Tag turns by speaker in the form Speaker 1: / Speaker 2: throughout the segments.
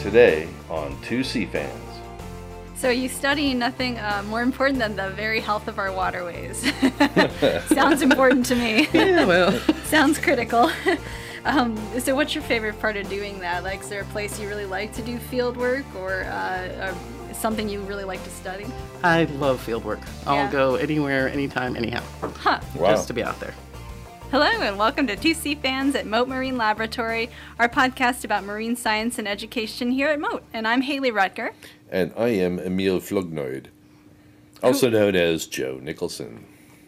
Speaker 1: today on 2C Fans.
Speaker 2: So you study nothing uh, more important than the very health of our waterways. Sounds important to me.
Speaker 3: Yeah, well,
Speaker 2: Sounds critical. um, so what's your favorite part of doing that? Like, is there a place you really like to do field work or, uh, or something you really like to study?
Speaker 3: I love field work.
Speaker 2: Yeah.
Speaker 3: I'll go anywhere, anytime, anyhow,
Speaker 2: Huh.
Speaker 1: Wow.
Speaker 3: just to be out there.
Speaker 2: Hello and welcome to 2C Fans at Moat Marine Laboratory, our podcast about marine science and education here at Moat. And I'm Haley Rutger.
Speaker 1: And I am Emil Flugnoid, also known as Joe Nicholson.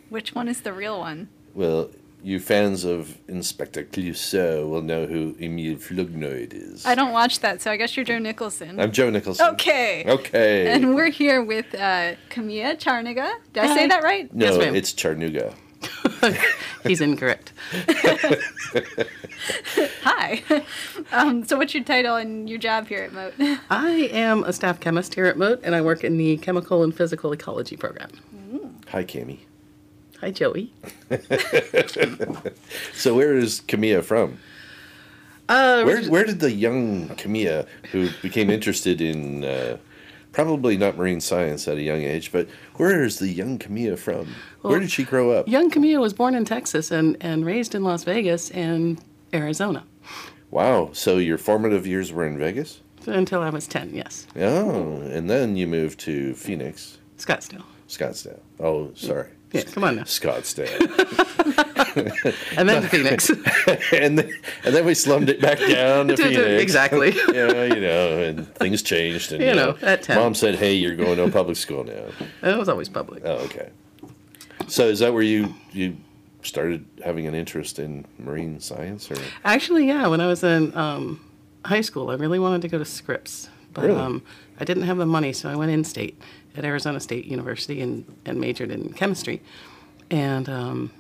Speaker 2: Which one is the real one?
Speaker 1: Well, you fans of Inspector Clouseau will know who Emil Flugnoid is.
Speaker 2: I don't watch that, so I guess you're Joe Nicholson.
Speaker 1: I'm Joe Nicholson.
Speaker 2: Okay.
Speaker 1: Okay.
Speaker 2: And we're here with uh, Camilla Charniga. Did I say
Speaker 3: Hi.
Speaker 2: that right?
Speaker 1: no,
Speaker 3: Yes, ma'am.
Speaker 1: it's Chattanooga.
Speaker 3: He's incorrect.
Speaker 2: Hi. um, so, what's your title and your job here at Moat?
Speaker 3: I am a staff chemist here at Moat, and I work in the chemical and physical ecology program.
Speaker 1: Hi, Cammy.
Speaker 3: Hi, Joey.
Speaker 1: So where is Camilla from?
Speaker 3: Uh,
Speaker 1: Where where did the young Camilla, who became interested in uh, probably not marine science at a young age, but where is the young Camilla from? where
Speaker 3: Well,
Speaker 1: did she grow up?
Speaker 3: Young Camille was born in Texas and, and raised in Las Vegas and Arizona
Speaker 1: Wow. So your formative years were in Vegas?
Speaker 3: until I was 10, yes.
Speaker 1: Oh, and then you moved to Phoenix,
Speaker 3: Scottsdale.
Speaker 1: Scottsdale. Oh, sorry.
Speaker 3: Yeah, come on now.
Speaker 1: Scottsdale.
Speaker 3: And then Phoenix.
Speaker 1: and then, and then we slummed it back down to Phoenix.
Speaker 3: exactly.
Speaker 1: Yeah, you know, and things changed and uh,
Speaker 3: You know, at 10.
Speaker 1: Mom said, "Hey, you're going to a public school now."
Speaker 3: It was always public.
Speaker 1: Oh, okay. So is that where you you started having an interest in marine science, or
Speaker 3: Actually, yeah. When I was in um, high school, I really wanted to go to Scripps, but
Speaker 1: Really?
Speaker 3: um, I didn't have the money, so I went in state at Arizona State University and, and majored in chemistry, and um,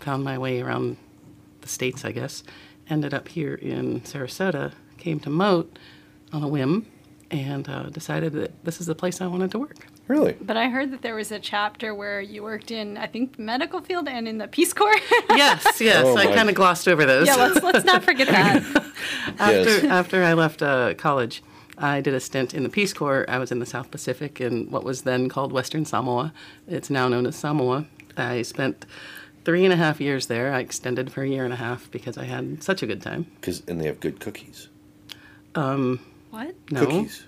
Speaker 3: found my way around the states, I guess. Ended up here in Sarasota, came to Moat on a whim, and uh, decided that this is the place I wanted to work.
Speaker 1: really?
Speaker 2: But I heard that there was a chapter where you worked in, I think, the medical field and in the Peace Corps.
Speaker 3: Yes, yes.
Speaker 1: Oh,
Speaker 3: I
Speaker 1: my-
Speaker 3: kind of glossed over those.
Speaker 2: yeah, let's, let's not forget that.
Speaker 3: after,
Speaker 1: Yes.
Speaker 3: after I left uh, college, I did a stint in the Peace Corps. I was in the South Pacific in what was then called Western Samoa. It's now known as Samoa. I spent three and a half years there. I extended for a year and a half because I had such a good time.
Speaker 1: Because and they have good cookies.
Speaker 2: What?
Speaker 3: No.
Speaker 1: Cookies.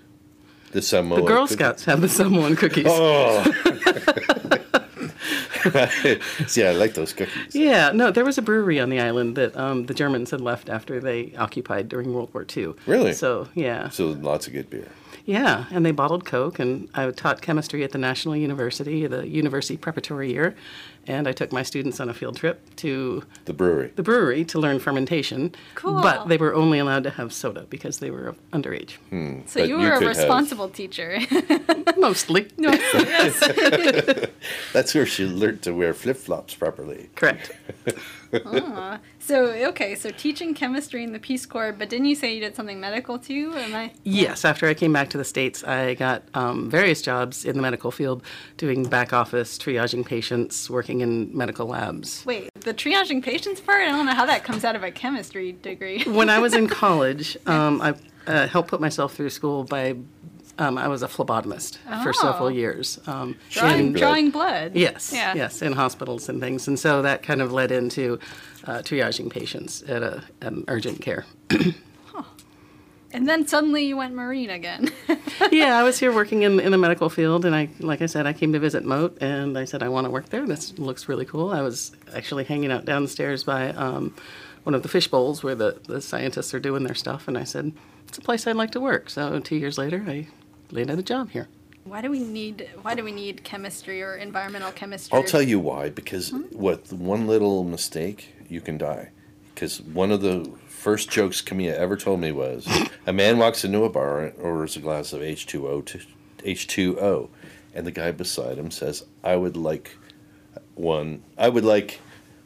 Speaker 1: The Samoa.
Speaker 3: The Girl
Speaker 1: cookie-
Speaker 3: Scouts have the Samoan cookies.
Speaker 1: Oh. See, I like those cookies.
Speaker 3: Yeah, no, there was a brewery on the island that um, the Germans had left after they occupied during World War II.
Speaker 1: Really?
Speaker 3: So, yeah.
Speaker 1: So lots of good beer.
Speaker 3: Yeah, and they bottled Coke, and I taught chemistry at the National University, the university preparatory year, and I took my students on a field trip to
Speaker 1: The brewery.
Speaker 3: the brewery to learn fermentation.
Speaker 2: Cool.
Speaker 3: But they were only allowed to have soda because they were underage,
Speaker 2: So,
Speaker 1: But
Speaker 2: you
Speaker 1: you
Speaker 2: were
Speaker 1: could
Speaker 2: a
Speaker 1: have-
Speaker 2: responsible teacher.
Speaker 3: mostly.
Speaker 2: no, yes.
Speaker 1: That's where she learned to wear flip flops properly.
Speaker 3: Correct.
Speaker 2: So, okay, so teaching chemistry in the Peace Corps, but didn't you say you did something medical too? Am I?
Speaker 3: Yes, after I came back to the States, I got um, various jobs in the medical field, doing back office, triaging patients, working in medical labs.
Speaker 2: Wait, the triaging patients part? I don't know how that comes out of a chemistry degree.
Speaker 3: when I was in college, um, I uh, helped put myself through school by. Um, I was a phlebotomist for
Speaker 2: Oh.
Speaker 3: several years. Um,
Speaker 2: Drawing,
Speaker 1: blood.
Speaker 2: drawing blood.
Speaker 3: yes,
Speaker 2: Yeah.
Speaker 3: yes, in hospitals and things, and so that kind of led into uh, triaging patients at a, an urgent care.
Speaker 2: And then suddenly you went marine again.
Speaker 3: yeah, I was here working in in the medical field, and I, like I said, I came to visit Moat, and I said I want to work there. This looks really cool. I was actually hanging out downstairs by um, one of the fish bowls where the the scientists are doing their stuff, and I said it's a place I'd like to work. So two years later, I landed a job here.
Speaker 2: why do we need why do we need chemistry or environmental chemistry?
Speaker 1: I'll tell you why. Because with one little mistake, you can die. Because one of the first jokes Camilla ever told me was, a man walks into a bar and orders a glass of H two O H two O, and the guy beside him says, "I would like one. I would like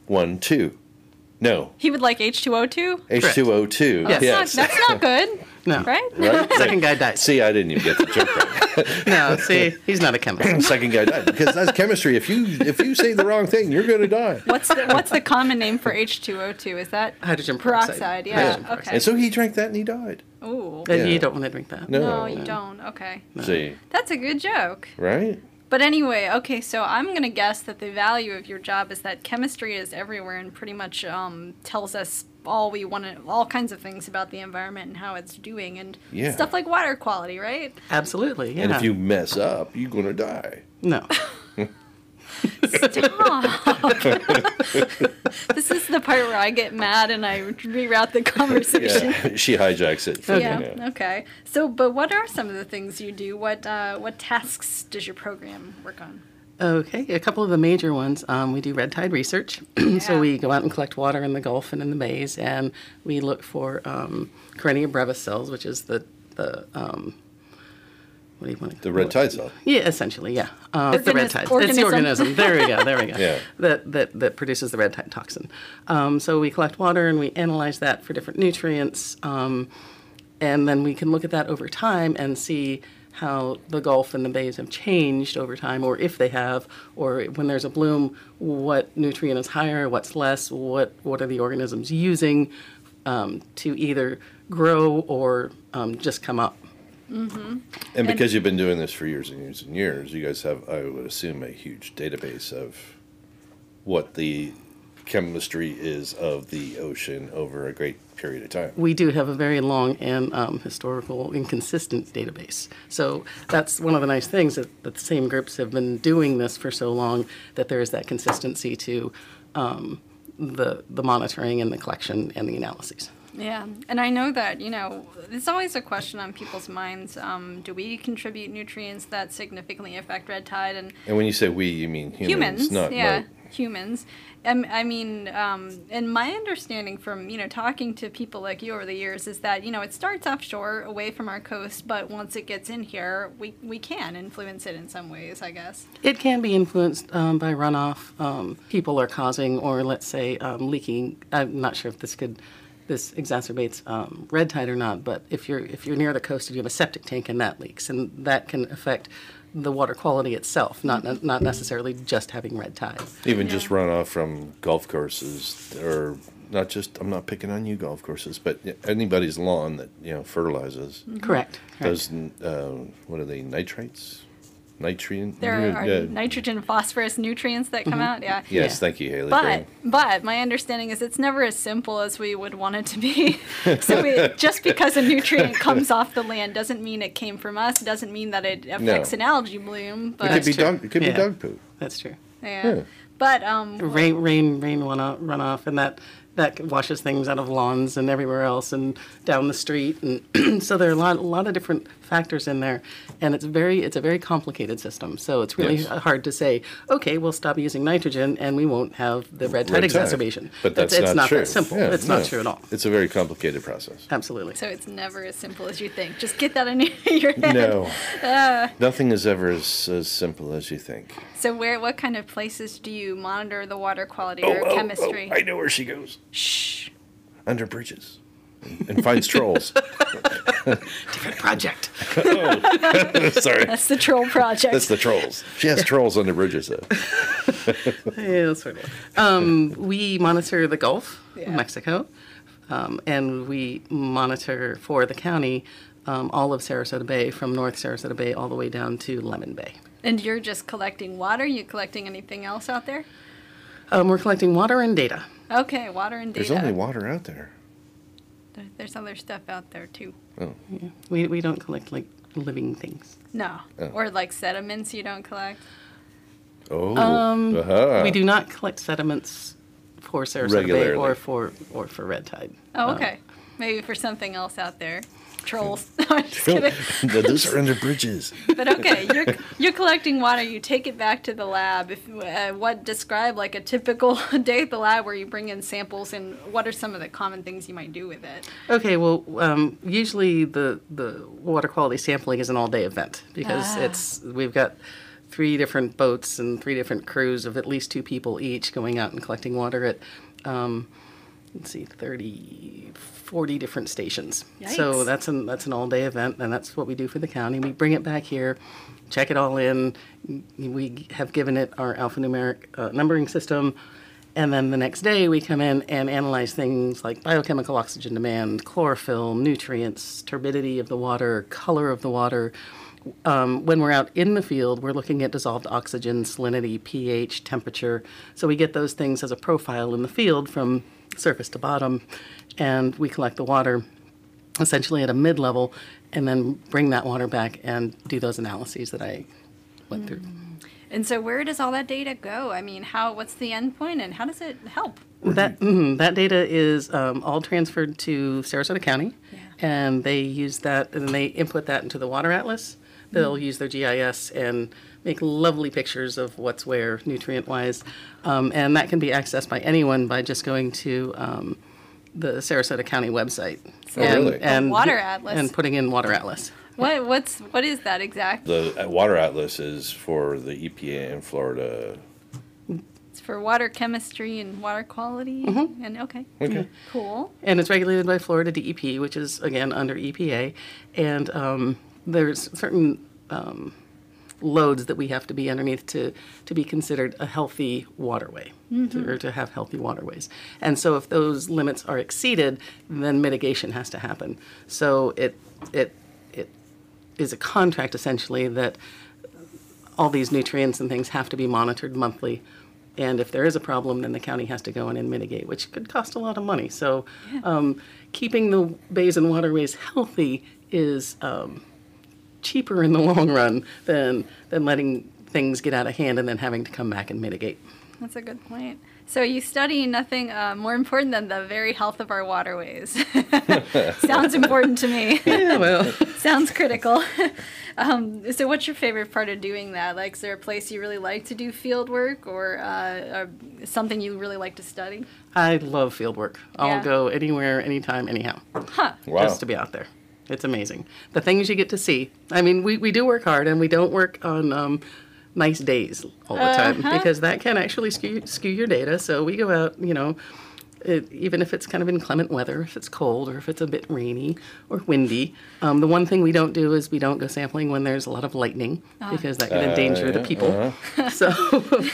Speaker 1: one too. No,
Speaker 2: He would like H2O2?
Speaker 1: H two O two.
Speaker 3: Yes.
Speaker 1: Yes,
Speaker 2: That's not good,
Speaker 3: No,
Speaker 2: right?
Speaker 1: right.
Speaker 3: Second guy dies.
Speaker 1: See, I didn't even get the joke. Right.
Speaker 3: No, see, he's not a
Speaker 1: The
Speaker 3: chemist.
Speaker 1: Second guy died because that's chemistry. If you if you say the wrong thing, you're going to die.
Speaker 2: What's the, what's the common name for H2O2? Is that
Speaker 3: Hydrogen peroxide.
Speaker 2: peroxide? Yeah.
Speaker 3: Hydrogen
Speaker 2: Okay.
Speaker 1: And so he drank that and he died.
Speaker 2: Ooh.
Speaker 3: Uh,
Speaker 1: Yeah.
Speaker 3: You don't want to drink that.
Speaker 1: No.
Speaker 2: No, you don't. Okay.
Speaker 1: See,
Speaker 2: That's a good joke.
Speaker 1: right?
Speaker 2: But anyway, okay, so I'm going to guess that the value of your job is that chemistry is everywhere and pretty much um, tells us all we want to, all kinds of things about the environment and how it's doing and
Speaker 1: Yeah.
Speaker 2: stuff like water quality, right?
Speaker 3: Absolutely. Yeah.
Speaker 1: And if you mess up, you're gonna die.
Speaker 3: no.
Speaker 2: This is the part where I get mad and I reroute the conversation.
Speaker 1: Yeah, she hijacks it.
Speaker 2: Yeah.
Speaker 1: from, you know.
Speaker 2: Okay. So, but what are some of the things you do? What uh, what tasks does your program work on?
Speaker 3: Okay, a couple of the major ones. Um, we do red tide research.
Speaker 2: Yeah.
Speaker 3: so we go out and collect water in the Gulf and in the bays, and we look for um, Karenia brevis cells, which is the, the um, what do you want to
Speaker 1: The red tide cell.
Speaker 3: Yeah, essentially, yeah. Um, it's the red
Speaker 2: Organism-
Speaker 3: tide. It's
Speaker 2: organism.
Speaker 3: the organism. There we go. There we go.
Speaker 1: Yeah.
Speaker 3: That, that that produces the red tide toxin. Um, so we collect water and we analyze that for different nutrients, um, and then we can look at that over time and see how the Gulf and the bays have changed over time, or if they have, or when there's a bloom, what nutrient is higher, what's less, what what are the organisms using um, to either grow or um, just come up.
Speaker 1: And because you've been doing this for years and years and years, you guys have, I would assume, a huge database of what the chemistry is of the ocean over a great period of time.
Speaker 3: we do have a very long and um, historical and consistent database. So that's one of the nice things that, that the same groups have been doing this for so long that there is that consistency to um, the, the monitoring and the collection and the analyses.
Speaker 2: Yeah, and I know that you know it's always a question on people's minds. Um, do we contribute nutrients that significantly affect red tide and
Speaker 1: And when you say we, you mean humans,
Speaker 2: humans?
Speaker 1: not
Speaker 2: yeah,
Speaker 1: boat.
Speaker 2: humans. Um, I mean, um, and my understanding from you know talking to people like you over the years is that you know it starts offshore, away from our coast, but once it gets in here, we we can influence it in some ways, I guess.
Speaker 3: It can be influenced um, by runoff um, people are causing, or let's say um, leaking. I'm not sure if this could this exacerbates um, red tide or not, but if you're if you're near the coast and you have a septic tank and that leaks, and that can affect the water quality itself, not not necessarily just having red tide.
Speaker 1: Even
Speaker 2: Yeah.
Speaker 1: just runoff from golf courses, or not just, I'm not picking on you golf courses, but anybody's lawn that, you know, fertilizes.
Speaker 3: Correct.
Speaker 1: Those, uh, what are they, nitrites? Nitrian?
Speaker 2: There
Speaker 1: Yeah.
Speaker 2: are nitrogen, phosphorus nutrients that come out. Yeah.
Speaker 1: Mm-hmm. Yes,
Speaker 3: Yeah.
Speaker 1: thank you, Haley.
Speaker 2: But but my understanding is it's never as simple as we would want it to be. so we, just because a nutrient comes off the land doesn't mean it came from us. Doesn't mean that it affects an algae bloom.
Speaker 1: it could
Speaker 2: But
Speaker 1: be
Speaker 3: true.
Speaker 1: dog. It could
Speaker 3: Yeah.
Speaker 1: be dog poop.
Speaker 3: That's true.
Speaker 2: yeah. But um,
Speaker 3: Rain rain rain runoff, runoff and that that washes things out of lawns and everywhere else and down the street and so there are a lot a lot of different factors in there and it's very it's a very complicated system so it's really
Speaker 1: Yes.
Speaker 3: hard to say okay we'll stop using nitrogen and we won't have the red tide
Speaker 1: Red tide.
Speaker 3: exacerbation
Speaker 1: But that's
Speaker 3: it's, it's
Speaker 1: not,
Speaker 3: not
Speaker 1: true.
Speaker 3: that simple
Speaker 1: Yeah,
Speaker 3: it's
Speaker 1: no.
Speaker 3: not true at all
Speaker 1: It's a very complicated process.
Speaker 3: absolutely
Speaker 2: so it's never as simple as you think. Just get that in your head.
Speaker 1: No,
Speaker 3: Uh.
Speaker 1: nothing is ever as, as simple as you think.
Speaker 2: So where what kind of places do you monitor the water quality or chemistry?
Speaker 1: Oh, I know where she goes
Speaker 2: Shh.
Speaker 1: under bridges and, and finds trolls.
Speaker 3: project
Speaker 1: Sorry,
Speaker 2: That's the troll project.
Speaker 1: that's the trolls. She has trolls under bridges though.
Speaker 3: yeah, that's sort of. Um, we monitor the Gulf of
Speaker 2: Yeah.
Speaker 3: Mexico, um, and we monitor for the county um, all of Sarasota Bay, from North Sarasota Bay all the way down to Lemon Bay.
Speaker 2: and you're just collecting water. you collecting anything else out there?
Speaker 3: Um, we're collecting water and data.
Speaker 2: Okay, water and data.
Speaker 1: There's only water out there.
Speaker 2: There- There's other stuff out there too.
Speaker 3: We, we don't collect like living things.
Speaker 2: No.
Speaker 1: Oh.
Speaker 2: Or like sediments you don't collect.
Speaker 1: Oh,
Speaker 3: Um,
Speaker 1: uh-huh.
Speaker 3: We do not collect sediments for Sarasota Bay
Speaker 1: Regularly.
Speaker 3: or for or for red tide.
Speaker 2: Oh,
Speaker 3: Um,
Speaker 2: okay. Maybe for something else out there. Trolls. I'm just kidding.
Speaker 1: No, Those are under bridges.
Speaker 2: But okay, you're, you're collecting water. You take it back to the lab. If uh, what describe like a typical day at the lab where you bring in samples and what are some of the common things you might do with it?
Speaker 3: Okay, well, um, usually the, the water quality sampling is an all day event because
Speaker 2: Ah.
Speaker 3: it's we've got three different boats and three different crews of at least two people each going out and collecting water at, um, let's see, 30, 40 different stations. So
Speaker 2: Yikes.
Speaker 3: that's an, that's an all day event, and that's what we do for the county. We bring it back here, check it all in. We have given it our alphanumeric uh, numbering system, And then the next day, we come in and analyze things like biochemical oxygen demand, chlorophyll, nutrients, turbidity of the water, color of the water. Um, when we're out in the field, we're looking at dissolved oxygen, salinity, pH, temperature. So we get those things as a profile in the field from surface to bottom, and we collect the water essentially at a mid level and then bring that water back and do those analyses that I went through.
Speaker 2: And so, where does all that data go? I mean, how? What's the end point, and how does it help?
Speaker 3: That
Speaker 2: Mm-hmm.
Speaker 3: mhm, that data is um, all transferred to Sarasota County, and they use that and they input that into the water atlas. They'll
Speaker 2: Mm-hmm.
Speaker 3: use their GIS and make lovely pictures of what's where nutrient wise, um, and that can be accessed by anyone by just going to um, the Sarasota County website
Speaker 1: Oh,
Speaker 3: and,
Speaker 1: really?
Speaker 3: and
Speaker 2: The water atlas.
Speaker 3: and putting in water atlas.
Speaker 2: What? What's? What is that exact?
Speaker 1: The uh, water atlas is for the EPA in Florida.
Speaker 2: It's for water chemistry and water quality. And okay,
Speaker 1: Okay.
Speaker 2: cool.
Speaker 3: and it's regulated by Florida DEP, which is again under EPA. And um, there's certain um, loads that we have to be underneath to to be considered a healthy waterway to, or to have healthy waterways. And so, if those limits are exceeded, then mitigation has to happen. So it it it is a contract essentially that all these nutrients and things have to be monitored monthly. And if there is a problem, then the county has to go in and mitigate, which could cost a lot of money. So, um, keeping the bays and waterways healthy is um, cheaper in the long run than than letting things get out of hand and then having to come back and mitigate.
Speaker 2: That's a good point. So you study nothing uh, more important than the very health of our waterways. Sounds important to me.
Speaker 3: Yeah, well,
Speaker 2: Sounds critical. um, so what's your favorite part of doing that? Like, is there a place you really like to do field work, or, uh, or something you really like to study?
Speaker 3: I love field work. I'll
Speaker 2: Yeah.
Speaker 3: go anywhere, anytime, anyhow.
Speaker 1: Wow.
Speaker 3: just to be out there. It's amazing. The things you get to see. I mean, we, we do work hard and we don't work on um, nice days all the time because that can actually skew, skew your data. So we go out, you know, it, even if it's kind of inclement weather, if it's cold or if it's a bit rainy or windy. Um, the one thing we don't do is we don't go sampling when there's a lot of lightning because that could endanger the
Speaker 1: yeah,
Speaker 3: people. So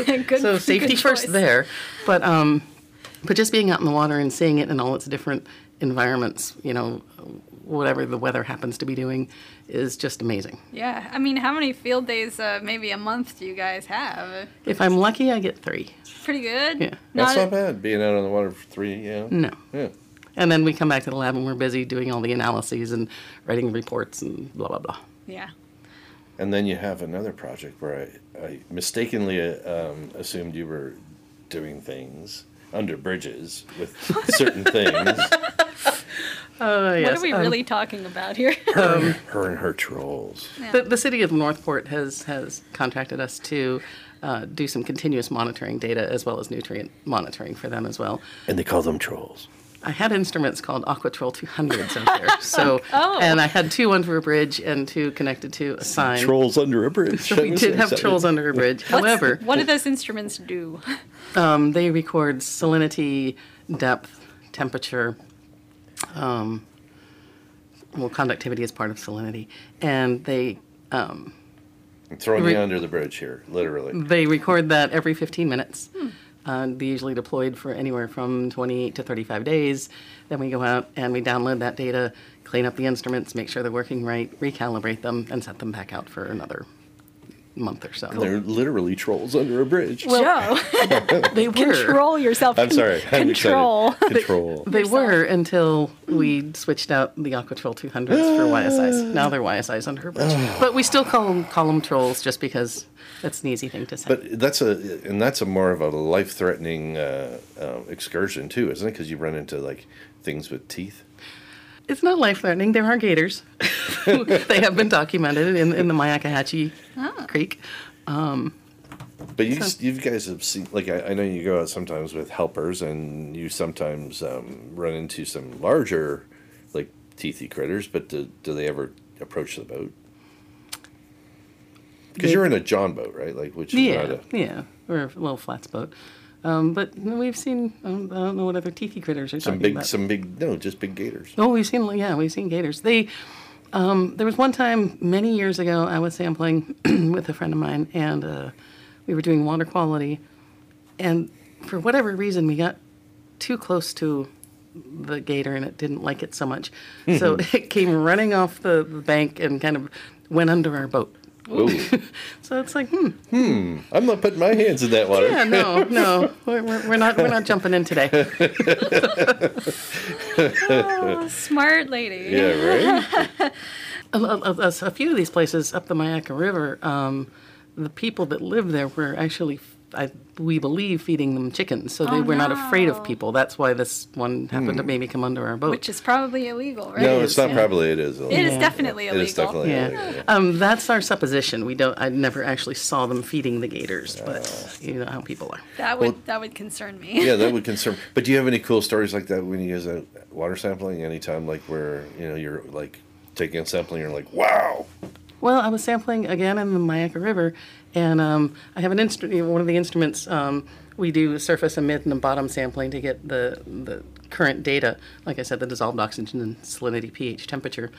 Speaker 2: good,
Speaker 3: so safety
Speaker 2: good
Speaker 3: first
Speaker 2: choice.
Speaker 3: there but um but just being out in the water and seeing it in all its different environments you know whatever the weather happens to be doing is just amazing
Speaker 2: Yeah, I mean, how many field days, uh, maybe a month, do you guys have?
Speaker 3: if i'm lucky i get three
Speaker 2: Pretty good.
Speaker 3: Yeah.
Speaker 1: That's not bad. Being out on the water for three. Yeah.
Speaker 3: no
Speaker 1: Yeah.
Speaker 3: and then we come back to the lab and we're busy doing all the analyses and writing reports and blah blah blah
Speaker 2: Yeah.
Speaker 1: And then you have another project where I, I mistakenly uh, um, assumed you were doing things under bridges with certain things.
Speaker 3: oh yes
Speaker 2: what are we
Speaker 3: um,
Speaker 2: really talking about here?
Speaker 1: her and her trolls.
Speaker 3: The, the city of Northport has has contracted us to uh, do some continuous monitoring data as well as nutrient monitoring for them as well.
Speaker 1: And they call them trolls.
Speaker 3: I had instruments called Aquatrol 200s out there. So,
Speaker 2: Oh.
Speaker 3: and I had two under a bridge and two connected to a sign.
Speaker 1: Trolls under a bridge.
Speaker 3: So we did have trolls under a bridge.
Speaker 2: What's-
Speaker 3: However,
Speaker 2: what do those instruments do?
Speaker 3: um, they record salinity, depth, temperature. Um, well, conductivity is part of salinity, and they um,
Speaker 1: I'm throwing
Speaker 3: Re-
Speaker 1: you under the bridge here, literally.
Speaker 3: they record that every 15 minutes. Uh, they're usually deployed for anywhere from 28 to 35 days. Then we go out and we download that data, clean up the instruments, make sure they're working right, recalibrate them, and set them back out for another month or so.
Speaker 1: They're literally trolls under a bridge.
Speaker 2: Joe,
Speaker 3: They were.
Speaker 2: control yourself.
Speaker 1: I'm sorry. I'm excited.
Speaker 2: Control.
Speaker 1: Control.
Speaker 3: They were until we switched out the Aquatrol 200s for YSIs. Now they're YSIs under a bridge. But we still call them, call 'em trolls just because that's an easy thing to say.
Speaker 1: But that's a and that's a more of a life-threatening uh, uh, excursion too, isn't it? Because you run into like things with teeth.
Speaker 3: It's not life threatening. There are gators. they have been documented in, in the Myakahatchee Creek.
Speaker 1: But you, you guys have seen, like, I, I know you go out sometimes with helpers, and you sometimes um, run into some larger, like, teethy critters. But do, do they ever approach the boat? Because
Speaker 3: They-
Speaker 1: you're in a john boat, right? Like, which is not
Speaker 3: Yeah,
Speaker 1: a
Speaker 3: yeah, or a little flats boat. Um, but no, we've seen, um, I don't know what other teethy critters are
Speaker 1: some
Speaker 3: talking
Speaker 1: big,
Speaker 3: about.
Speaker 1: some big, no, just big gators.
Speaker 3: Oh, we've seen, yeah, we've seen gators. They, um, there was one time many years ago, I was sampling with a friend of mine, and uh, we were doing water quality, and for whatever reason, we got too close to the gator and it didn't like it so much. so it came running off the, the bank and kind of went under our boat.
Speaker 1: Ooh.
Speaker 3: So it's like, hmm,
Speaker 1: I'm not putting my hands in that water.
Speaker 3: yeah, no, no, we're, we're, we're not we're not jumping in today.
Speaker 2: Oh, smart lady.
Speaker 1: yeah right?
Speaker 3: a, a- a- a few of these places up the Mayaca River, um, the people that lived there were actually, I, we believe, feeding them chickens. So they
Speaker 2: Oh,
Speaker 3: were not afraid
Speaker 2: no.
Speaker 3: of people. That's why this one happened to maybe come under our boat.
Speaker 2: Which is probably illegal, right?
Speaker 1: No,
Speaker 3: It
Speaker 1: it's
Speaker 3: is,
Speaker 1: not
Speaker 3: yeah.
Speaker 1: probably. It is.
Speaker 2: It is
Speaker 3: Yeah.
Speaker 2: definitely
Speaker 1: It
Speaker 2: illegal.
Speaker 1: is definitely.
Speaker 3: yeah.
Speaker 1: illegal,
Speaker 3: Um, that's our supposition. We don't. I never actually saw them feeding the gators, but you know how people are.
Speaker 2: That would that would concern me.
Speaker 1: yeah, that would concern. But do you have any cool stories like that when you guys out water sampling? Anytime like where you know you're like taking a sample, and you're like, wow.
Speaker 3: Well, I was sampling again in the Mayaca River, and um, I have an instrument. One of the instruments um, we do surface and mid and bottom sampling to get the the current data. Like I said, the dissolved oxygen and salinity, pH, temperature.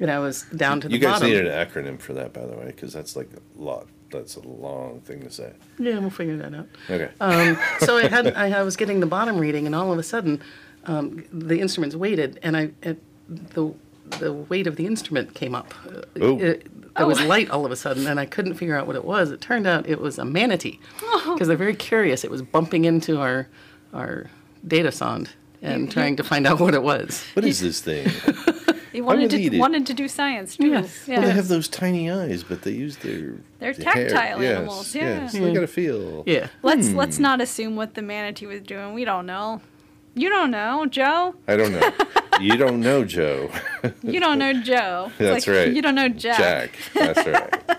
Speaker 3: And I was down to the
Speaker 1: You guys
Speaker 3: bottom.
Speaker 1: need an acronym for that, by the way, because that's like a lot. That's a long thing to say.
Speaker 3: Yeah, we'll figure that out.
Speaker 1: Okay.
Speaker 3: Um, so I had I, I was getting the bottom reading, and all of a sudden, um, the instrument's weighted, and I it, the the weight of the instrument came up.
Speaker 1: Ooh.
Speaker 3: It- there was light all of a sudden, and I couldn't figure out what it was. It turned out it was a manatee because they're very curious. It was bumping into our our data sond and trying to find out what it was.
Speaker 1: what is this thing?
Speaker 2: He wanted to
Speaker 1: related.
Speaker 2: wanted to do science too.
Speaker 3: Yes.
Speaker 2: Yeah.
Speaker 1: Well, they have those tiny eyes, but they use their their
Speaker 2: They're
Speaker 1: hair.
Speaker 2: tactile
Speaker 1: Yes,
Speaker 2: animals,
Speaker 1: Yes,
Speaker 2: yeah.
Speaker 1: they got a feel.
Speaker 3: Yeah.
Speaker 2: Let's
Speaker 1: Hmm.
Speaker 2: let's not assume what the manatee was doing. We don't know. You don't know, Joe.
Speaker 1: I don't know. you don't know, Joe.
Speaker 2: You don't know Joe. It's
Speaker 1: That's
Speaker 2: like,
Speaker 1: right.
Speaker 2: You don't know Jack.
Speaker 1: Jack. That's right.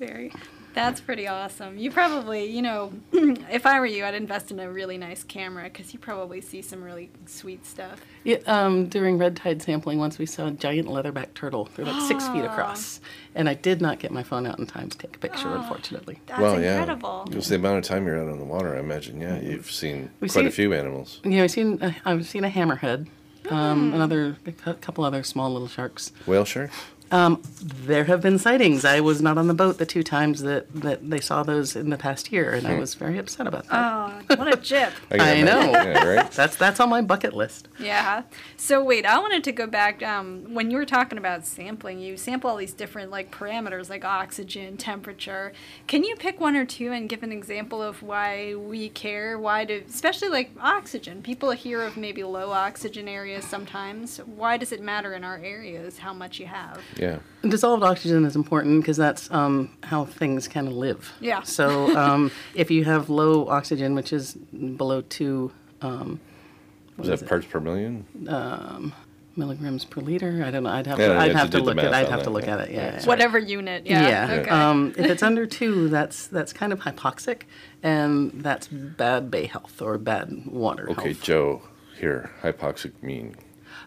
Speaker 2: Very. That's pretty awesome. You probably, you know, if I were you, I'd invest in a really nice camera because you probably see some really sweet stuff.
Speaker 3: Yeah, um, during red tide sampling, once we saw a giant leatherback turtle. They're like six feet across. And I did not get my phone out in time to take a picture, unfortunately.
Speaker 2: That's
Speaker 1: well,
Speaker 2: incredible.
Speaker 1: yeah. Because the amount of time you're out on the water, I imagine. Yeah, you've seen
Speaker 3: Mm-hmm. We've
Speaker 1: quite a
Speaker 3: seen-
Speaker 1: few animals.
Speaker 3: You know, I've seen, uh, I've seen a hammerhead, um, another, a cou- couple other small little sharks. Um,
Speaker 1: Whale shark.
Speaker 3: There have been sightings. I was not on the boat the two times that, that they saw those in the past year, and I was very upset about that.
Speaker 2: Oh, what a jip.
Speaker 1: can
Speaker 3: I
Speaker 1: imagine.
Speaker 3: know.
Speaker 1: Yeah, right.
Speaker 3: That's, that's on my bucket list.
Speaker 2: Yeah. So wait, I wanted to go back. Um, when you were talking about sampling, you sample all these different like parameters, like oxygen, temperature. Can you pick one or two and give an example of why we care? Why do, especially like oxygen? People hear of maybe low oxygen areas sometimes. Why does it matter in our areas how much you have?
Speaker 1: Yeah.
Speaker 3: Dissolved oxygen is important because that's um, how things kind of live.
Speaker 2: Yeah.
Speaker 3: So um, if you have low oxygen, which is below two um,
Speaker 1: Is that parts per million?
Speaker 3: milligrams per liter, I don't know. I'd have
Speaker 1: Yeah,
Speaker 3: to.
Speaker 1: you have
Speaker 3: I'd
Speaker 1: to
Speaker 3: have to,
Speaker 1: do the
Speaker 3: look at.
Speaker 1: math
Speaker 3: I'd
Speaker 1: on
Speaker 3: have to
Speaker 1: that,
Speaker 3: look
Speaker 1: yeah.
Speaker 3: at it. Yeah. yeah.
Speaker 2: Whatever unit. Yeah.
Speaker 3: Yeah.
Speaker 2: Okay.
Speaker 3: Um, if it's under two, that's that's kind of hypoxic, and that's bad bay health or bad water
Speaker 1: Okay,
Speaker 3: health.
Speaker 1: Joe. Here, hypoxic mean.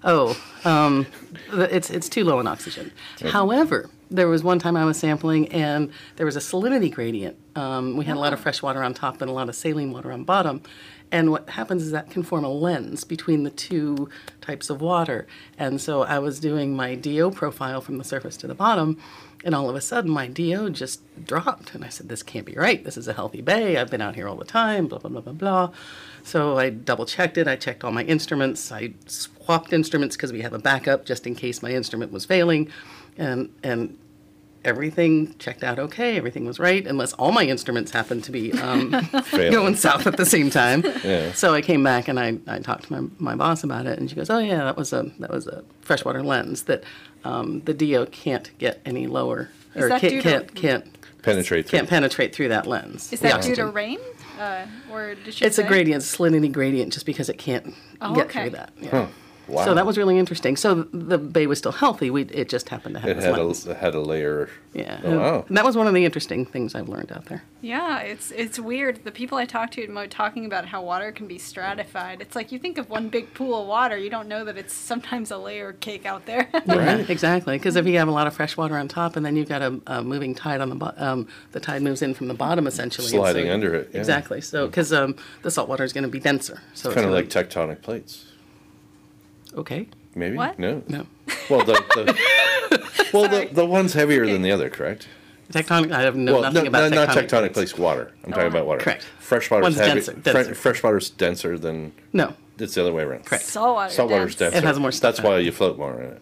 Speaker 3: Oh, um, th- it's it's too low in oxygen. However, there was one time I was sampling, and there was a salinity gradient. Um, we had a lot
Speaker 2: Oh.
Speaker 3: of fresh water on top and a lot of saline water on bottom. And what happens is that can form a lens between the two types of water. And so I was doing my DO profile from the surface to the bottom, and all of a sudden my DO just dropped. And I said, This can't be right. This is a healthy bay. I've been out here all the time, blah, blah, blah, blah, blah. So I double checked it. I checked all my instruments. I swapped instruments because we have a backup just in case my instrument was failing. And, and everything checked out okay. Everything was right, unless all my instruments happened to be um,
Speaker 1: Failing.
Speaker 3: going south at the same time.
Speaker 1: Yeah.
Speaker 3: So I came back and I, I talked to my, my boss about it, and she goes, "Oh yeah, that was a that was a freshwater lens that um, the DO can't get any lower
Speaker 2: Is
Speaker 3: or
Speaker 2: that
Speaker 3: can't
Speaker 2: due to-
Speaker 3: can't can't,
Speaker 1: Penetrate through.
Speaker 3: can't penetrate through that lens."
Speaker 2: Is
Speaker 3: the
Speaker 2: that due to
Speaker 3: oxygen.
Speaker 2: rain? Uh, or did she
Speaker 3: It's a
Speaker 2: say?
Speaker 3: gradient, salinity gradient, just because it can't
Speaker 2: Oh,
Speaker 3: get
Speaker 2: okay.
Speaker 3: through that. Yeah.
Speaker 1: Wow.
Speaker 3: So that was really interesting. So th- the bay was still healthy. We it just happened to have
Speaker 1: It
Speaker 3: this
Speaker 1: had a,
Speaker 3: lens.
Speaker 1: it had a layer.
Speaker 3: Yeah.
Speaker 1: Oh, wow.
Speaker 3: That was one of the interesting things I've learned out there.
Speaker 2: Yeah, it's it's weird. The people I talk to mo- talking about how water can be stratified. It's like you think of one big pool of water, you don't know that it's sometimes a layer of cake out there.
Speaker 3: Yeah, exactly. Because if you have a lot of fresh water on top, and then you've got a, a moving tide on the bottom, um, the tide moves in from the bottom essentially, and
Speaker 1: Sliding under it, yeah.
Speaker 3: Exactly. So because um, the salt water is going to be denser. So
Speaker 1: Kind of
Speaker 3: gonna-
Speaker 1: like tectonic plates.
Speaker 3: okay,
Speaker 1: Maybe?
Speaker 2: What?
Speaker 1: No.
Speaker 3: no,
Speaker 1: Well, the, the well the, the one's heavier than the other, correct?
Speaker 3: Tectonic. I have no
Speaker 1: well,
Speaker 3: nothing
Speaker 1: no,
Speaker 3: about
Speaker 1: no, not
Speaker 3: tectonic Oh,
Speaker 1: tectonic plates. Water. I'm talking about water.
Speaker 3: Correct.
Speaker 1: Freshwater
Speaker 3: One's
Speaker 1: is heavy.
Speaker 3: denser- denser.
Speaker 1: fre- Freshwater's denser than
Speaker 3: No.
Speaker 1: it's the other way around.
Speaker 3: Correct.
Speaker 2: Saltwater.
Speaker 1: Saltwater's
Speaker 2: Oh, dense.
Speaker 1: denser.
Speaker 3: It has more stuff
Speaker 1: That's
Speaker 3: in it.
Speaker 1: why you float more in it.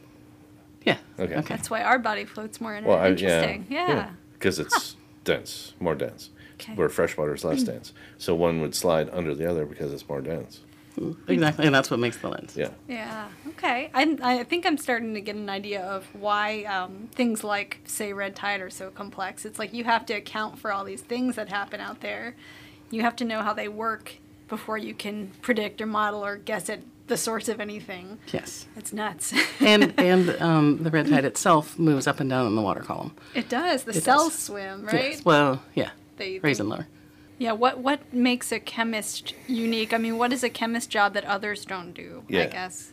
Speaker 3: Yeah.
Speaker 1: Okay.
Speaker 2: That's why our body floats more in it.
Speaker 1: Well, I, yeah,
Speaker 2: Interesting. Yeah.
Speaker 1: because it's dense, more dense.
Speaker 2: Okay. Hmm.
Speaker 1: Where freshwater is less dense, so one would slide under the other because it's more dense.
Speaker 3: Exactly. And that's what makes the lens.
Speaker 1: Yeah.
Speaker 2: Yeah. Okay. I'm, I think I'm starting to get an idea of why um, things like, say, red tide are so complex. It's like you have to account for all these things that happen out there. You have to know how they work before you can predict or model or guess at the source of anything.
Speaker 3: Yes.
Speaker 2: It's nuts.
Speaker 3: And and um, the red tide itself moves up and down in the water column.
Speaker 2: it does. The
Speaker 3: does.
Speaker 2: cells swim, right?
Speaker 3: Yes. Well, yeah.
Speaker 2: They-
Speaker 3: Raise
Speaker 2: they-
Speaker 3: and lower.
Speaker 2: yeah. What What makes a chemist unique? I mean, what is a chemist job that others don't do? I
Speaker 1: Yeah.
Speaker 2: guess.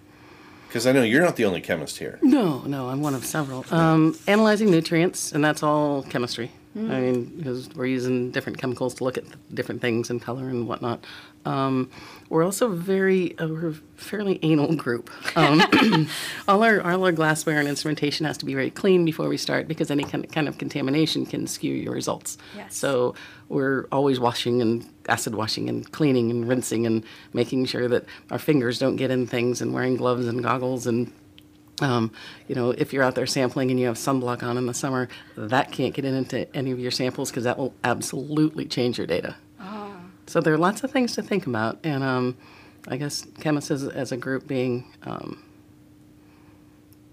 Speaker 1: Because I know you're not the only chemist here.
Speaker 3: No, no, I'm one of several. Um, analyzing nutrients, and that's all chemistry. I mean, because we're using different chemicals to look at different things and color and whatnot. Um, we're also very, uh, we're a fairly anal group. Um, all, our, all our glassware and instrumentation has to be very clean before we start because any kind kind of contamination can skew your results.
Speaker 2: Yes.
Speaker 3: So we're always washing and acid washing and cleaning and rinsing and making sure that our fingers don't get in things and wearing gloves and goggles and um, you know, if you're out there sampling and you have sunblock on in the summer, that can't get in into any of your samples because that will absolutely change your data. So there are lots of things to think about, and um, I guess chemists as, as a group being um,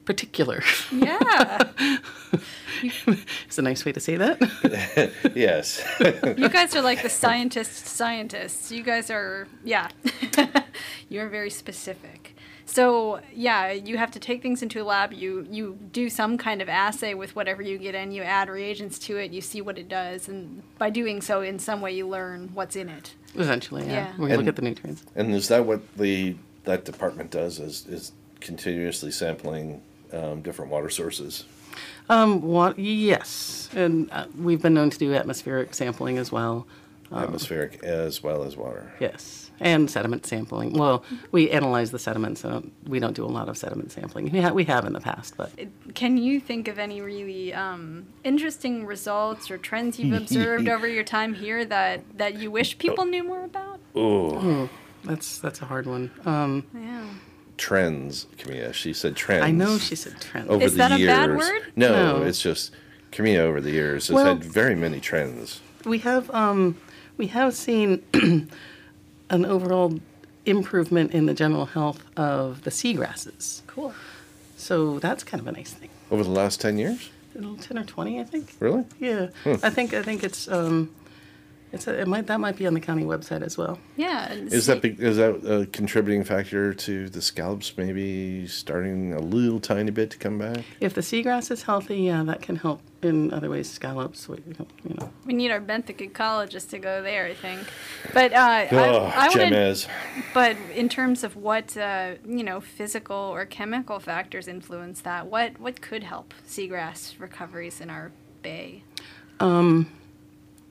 Speaker 3: particular
Speaker 2: Yeah.
Speaker 3: is a nice way to say that.
Speaker 1: yes.
Speaker 2: you guys are like the scientist scientists. You guys are yeah. You're very specific. So yeah, you have to take things into a lab. You you do some kind of assay with whatever you get in. You add reagents to it. You see what it does, and by doing so, in some way, you learn what's in it.
Speaker 3: Essentially, yeah.
Speaker 2: Yeah.
Speaker 3: We look
Speaker 1: And-
Speaker 3: at the nutrients.
Speaker 1: and is that what the that department does? Is is continuously sampling um, different water sources?
Speaker 3: Um, wa- yes, and uh, we've been known to do atmospheric sampling as well.
Speaker 1: atmospheric as well as water.
Speaker 3: Yes, and sediment sampling. Well, we analyze the sediments. So we don't do a lot of sediment sampling. We, ha- we have in the past, but
Speaker 2: Can you think of any really um, interesting results or trends you've observed over your time here that that you wish people knew more about?
Speaker 3: that's that's a hard one. Um,
Speaker 2: Yeah.
Speaker 1: Trends, Camilla. She said trends. Oh,
Speaker 3: I know she said trend.
Speaker 1: over
Speaker 2: Is
Speaker 1: the
Speaker 2: that a
Speaker 1: years.
Speaker 2: bad word?
Speaker 1: No,
Speaker 3: No.
Speaker 1: it's just Camilla over the years has
Speaker 3: Well-
Speaker 1: had very many trends.
Speaker 3: We have um, we have seen an overall improvement in the general health of the seagrasses.
Speaker 2: Cool.
Speaker 3: So that's kind of a nice thing.
Speaker 1: Over the last ten years?
Speaker 3: Ten or twenty, I think.
Speaker 1: Really?
Speaker 3: Yeah, I think I think it's um, it's a, it might that might be on the county website as well.
Speaker 2: Yeah. and
Speaker 1: Is
Speaker 2: see-
Speaker 1: that big, is that a contributing factor to the scallops maybe starting a little tiny bit to come back?
Speaker 3: If the seagrass is healthy, yeah, that can help in other ways. Scallops, we- you know.
Speaker 2: We need our benthic ecologist to go there, I think. But uh,
Speaker 1: oh,
Speaker 2: I, I wanted,
Speaker 1: Jemez.
Speaker 2: but in terms of what uh, you know, physical or chemical factors influence that, what what could help seagrass recoveries in our bay?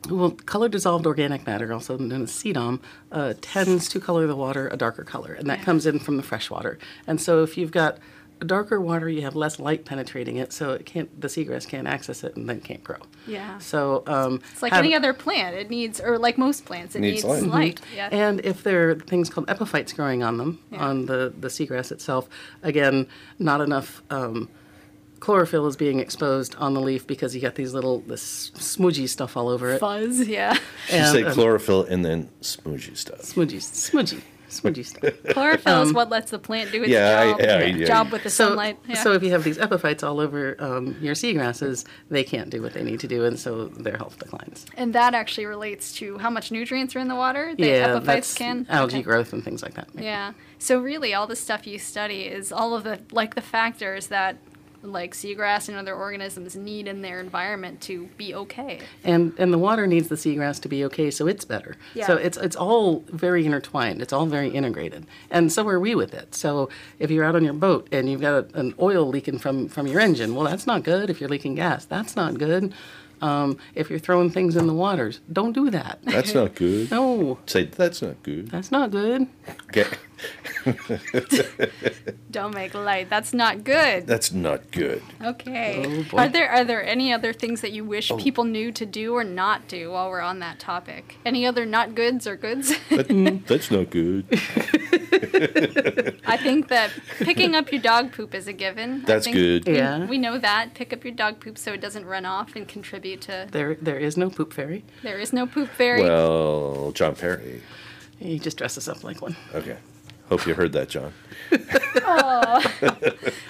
Speaker 3: Well, color dissolved organic matter, also known as CDOM, uh, tends to color the water a darker color, and that comes in from the fresh water. And so, if you've got darker water, you have less light penetrating it, so it can't the seagrass can't access it and then can't grow.
Speaker 2: Yeah.
Speaker 3: So um,
Speaker 2: It's like
Speaker 3: have-
Speaker 2: any other plant; it needs, or like most plants, it needs,
Speaker 1: Needs
Speaker 2: light.
Speaker 1: light.
Speaker 2: Yeah.
Speaker 3: And if there are things called epiphytes growing on them,
Speaker 2: Yeah.
Speaker 3: on the, the seagrass itself, again, not enough um, chlorophyll is being exposed on the leaf because you got these little this smudgy stuff all over it.
Speaker 2: Fuzz, yeah.
Speaker 1: She
Speaker 3: And,
Speaker 1: said
Speaker 3: um,
Speaker 1: chlorophyll and then smoochy stuff.
Speaker 3: smudgy, smudgy, smudgy stuff.
Speaker 2: Chlorophyll is what lets the plant do its
Speaker 1: yeah, I-
Speaker 2: job,
Speaker 1: yeah, yeah.
Speaker 2: job with the
Speaker 3: Um, So,
Speaker 2: sunlight. Yeah.
Speaker 3: so if you have these epiphytes all over um, your seagrasses, they can't do what they need to do, and so their health declines.
Speaker 2: and that actually relates to how much nutrients are in the water. The
Speaker 3: yeah,
Speaker 2: epiphytes
Speaker 3: that's
Speaker 2: can
Speaker 3: algae
Speaker 2: Okay.
Speaker 3: growth and things like that.
Speaker 2: Yeah. So really, all the stuff you study is all of the like the factors that like seagrass and other organisms need in their environment to be okay.
Speaker 3: and and the water needs the seagrass to be okay, so it's better.
Speaker 2: Yeah.
Speaker 3: So it's it's all very intertwined. It's all very integrated, and so are we with it. So if you're out on your boat and you've got a, an oil leaking from from your engine, well, that's not good. If you're leaking gas, that's not good. Um, if you're throwing things in the waters, don't do that.
Speaker 1: That's not good.
Speaker 3: No,
Speaker 1: Say that's not good.
Speaker 3: that's not good.
Speaker 2: Mm-hmm.
Speaker 1: Okay,
Speaker 2: Don't make light. That's not good.
Speaker 1: that's not good.
Speaker 2: Okay.
Speaker 3: Oh, boy.
Speaker 2: are there are there any other things that you wish
Speaker 1: Oh.
Speaker 2: people knew to do or not do while we're on that topic? Any other not goods or goods?
Speaker 1: That, that's not good.
Speaker 2: I think that picking up your dog poop is a given. I
Speaker 1: That's
Speaker 2: think
Speaker 1: good.
Speaker 3: Yeah.
Speaker 2: We know that. Pick up your dog poop so it doesn't run off and contribute to.
Speaker 3: There, there is no poop fairy.
Speaker 2: There is no poop fairy.
Speaker 1: Well, John Perry.
Speaker 3: He just dresses up like one.
Speaker 1: Okay. Hope you heard that, John.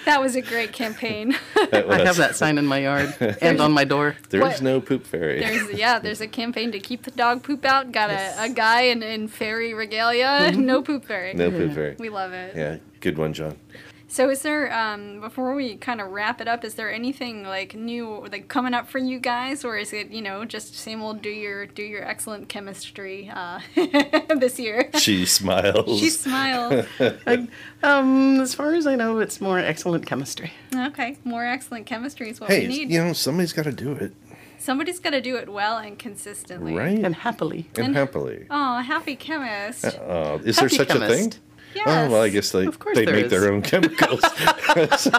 Speaker 2: That was a great campaign.
Speaker 1: That
Speaker 3: I have
Speaker 1: was-
Speaker 3: that sign in my yard and on my door.
Speaker 1: There
Speaker 2: What?
Speaker 1: is no poop fairy.
Speaker 2: There's yeah, there's a campaign to keep the dog poop out. Got a, a guy in, in fairy regalia. No poop fairy.
Speaker 1: no poop fairy.
Speaker 2: We love it.
Speaker 1: Yeah, good one, John.
Speaker 2: So is there um before we kind of wrap it up, is there anything like new like coming up for you guys, or is it you know just same old do your do your excellent chemistry uh, this year?
Speaker 1: She smiles.
Speaker 2: she smiles.
Speaker 3: Um, as far as I know, it's more excellent chemistry.
Speaker 2: Okay, more excellent chemistry is what
Speaker 1: hey,
Speaker 2: we need.
Speaker 1: you know, somebody's got to do it,
Speaker 2: Somebody's got to do it well and consistently.
Speaker 1: right?
Speaker 3: And happily.
Speaker 1: And happily.
Speaker 2: Oh, happy chemist.
Speaker 1: Uh, is there
Speaker 3: Happy
Speaker 1: such a thing?
Speaker 3: chemist.
Speaker 2: Yes.
Speaker 1: Oh, well, I guess they,
Speaker 3: Of course
Speaker 1: they
Speaker 3: there
Speaker 1: make
Speaker 3: is.
Speaker 1: their own chemicals. So-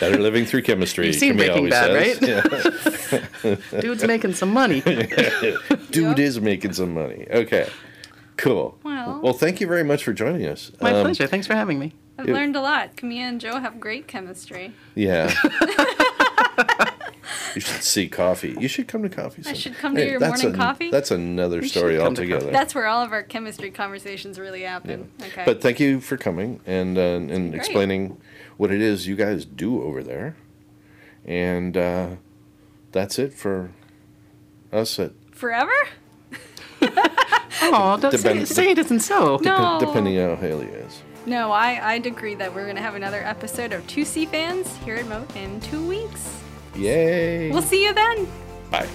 Speaker 1: that are living through chemistry.
Speaker 3: You've seen
Speaker 1: Camille
Speaker 3: Breaking
Speaker 1: always
Speaker 3: Bad,
Speaker 1: says. Yeah.
Speaker 3: Dude's making some money.
Speaker 1: Dude
Speaker 2: Yep.
Speaker 1: is making some money. Okay. Cool.
Speaker 2: Well-
Speaker 1: well, thank you very much for joining us.
Speaker 3: My
Speaker 1: Um,
Speaker 3: pleasure. Thanks for having me.
Speaker 2: I've
Speaker 1: it-
Speaker 2: learned a lot. Camille and Joe have great chemistry.
Speaker 1: Yeah. you should see coffee. You should come to coffee. sometime.
Speaker 2: should come to your
Speaker 1: that's
Speaker 2: morning
Speaker 1: an-
Speaker 2: coffee?
Speaker 1: That's another
Speaker 3: should
Speaker 1: story
Speaker 3: come to coffee.
Speaker 1: altogether.
Speaker 2: That's where all of our chemistry conversations really happen. Okay.
Speaker 1: But thank you for coming and uh, and explaining what it is you guys do over there, and uh, that's it for us at
Speaker 2: Forever?
Speaker 3: Oh, don't say,
Speaker 1: depend-
Speaker 3: say it isn't so.
Speaker 2: No.
Speaker 1: depending on how Haley is.
Speaker 2: No, I, I'd agree that we're going to have another episode of 2C Fans here at Moat in two weeks.
Speaker 1: Yay!
Speaker 2: We'll see you then.
Speaker 1: Bye.